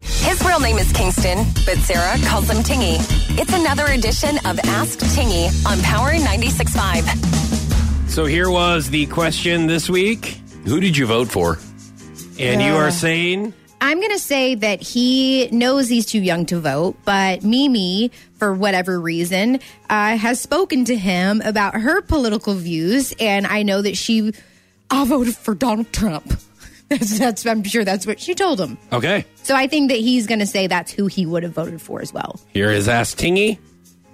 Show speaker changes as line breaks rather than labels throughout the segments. His real name is Kingston, but Sarah calls him Tingy. It's another edition of Ask Tingy on Power 96.5.
So here was the question this week,
Who did you vote for?
and you
Yeah.
are saying
I'm going to say that he knows he's too young to vote, but Mimi, for whatever reason, uh, has spoken to him about her political views, and I know that she, I voted for Donald Trump. That's, that's I'm sure that's what she told him.
Okay.
So I think that he's going to say that's who he would have voted for as well.
Here is Ask Tingy.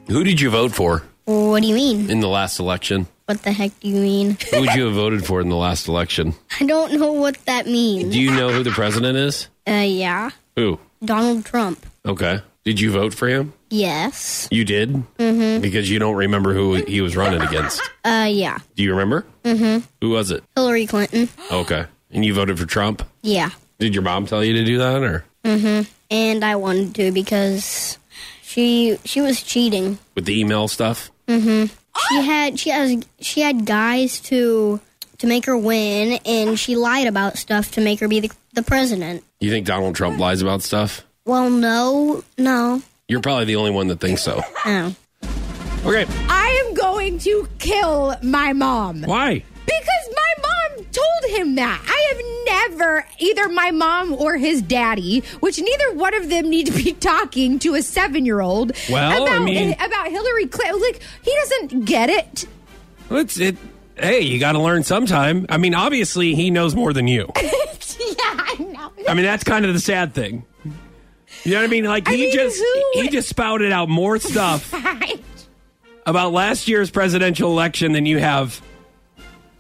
Who did you vote for
What do you mean?
in the last election?
What the heck do you mean?
Who would you have voted for in the last election?
I don't know what that means.
Do you know who the president is?
Uh, yeah.
Who?
Donald Trump.
Okay. Did you vote for him?
Yes.
You did? Mm-hmm. Because you don't remember who he was running against.
Uh, yeah.
Do you remember? Mm-hmm. Who was it?
Hillary Clinton.
Okay. And you voted for Trump?
Yeah.
Did your mom tell you to do that or
And I wanted to because she she was cheating.
with the email stuff?
She had she has she had guys to to make her win, and she lied about stuff to make her be the, the president.
You think Donald Trump lies about stuff?
Well, no, no.
You're probably the only one that thinks so.
Oh.
Okay.
I am going to kill my mom.
Why?
Because my mom told him that. I have never, either my mom or his daddy, which neither one of them need to be talking to a seven year old
Well, I
about, eh,
mean-
about Hillary Clinton. Like, he doesn't get it.
Let's it hey, you gotta learn sometime. I mean, obviously he knows more than you.
yeah, I know.
I mean, that's kind of the sad thing. You know what I mean? Like
I
he
mean,
just
who-
he just spouted out more stuff about last year's presidential election than you have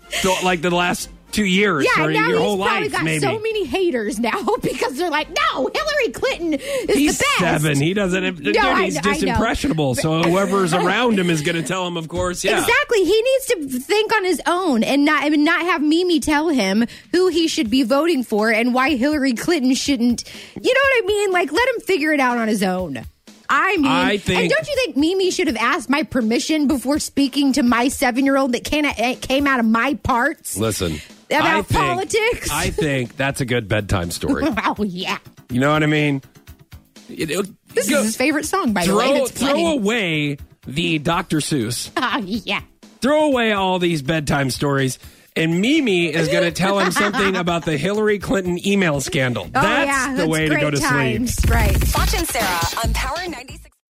so, like the last two years
yeah,
or
now
your
he's
whole
probably
life,
got
maybe.
so many haters now because they're like, no, Hillary Clinton is
He's
the best.
seven. He doesn't. Have, dude,
I-
he's
I
just
know.
impressionable. So whoever's around him is going to tell him. Of course, yeah.
Exactly. He needs to think on his own and not and not have Mimi tell him who he should be voting for and why Hillary Clinton shouldn't. You know what I mean? Like let him figure it out on his own. I mean,
I think-
and don't you think Mimi should have asked my permission before speaking to my seven-year-old that came, that came out of my parts?
Listen.
About
I think-
politics?
I think that's a good bedtime story.
oh yeah,
You know what I mean? It- it-
this
go-
is his favorite song by the way. and
throw
It's
throw
playing.
away the Dr. Seuss.
Oh yeah.
Throw away all these bedtime stories. And Mimi is going to tell him something about the Hillary Clinton email scandal.
Oh,
that's
yeah.
the way to
great
go to sleep.
times. Right.
Foch and Sarah on Power 96.5.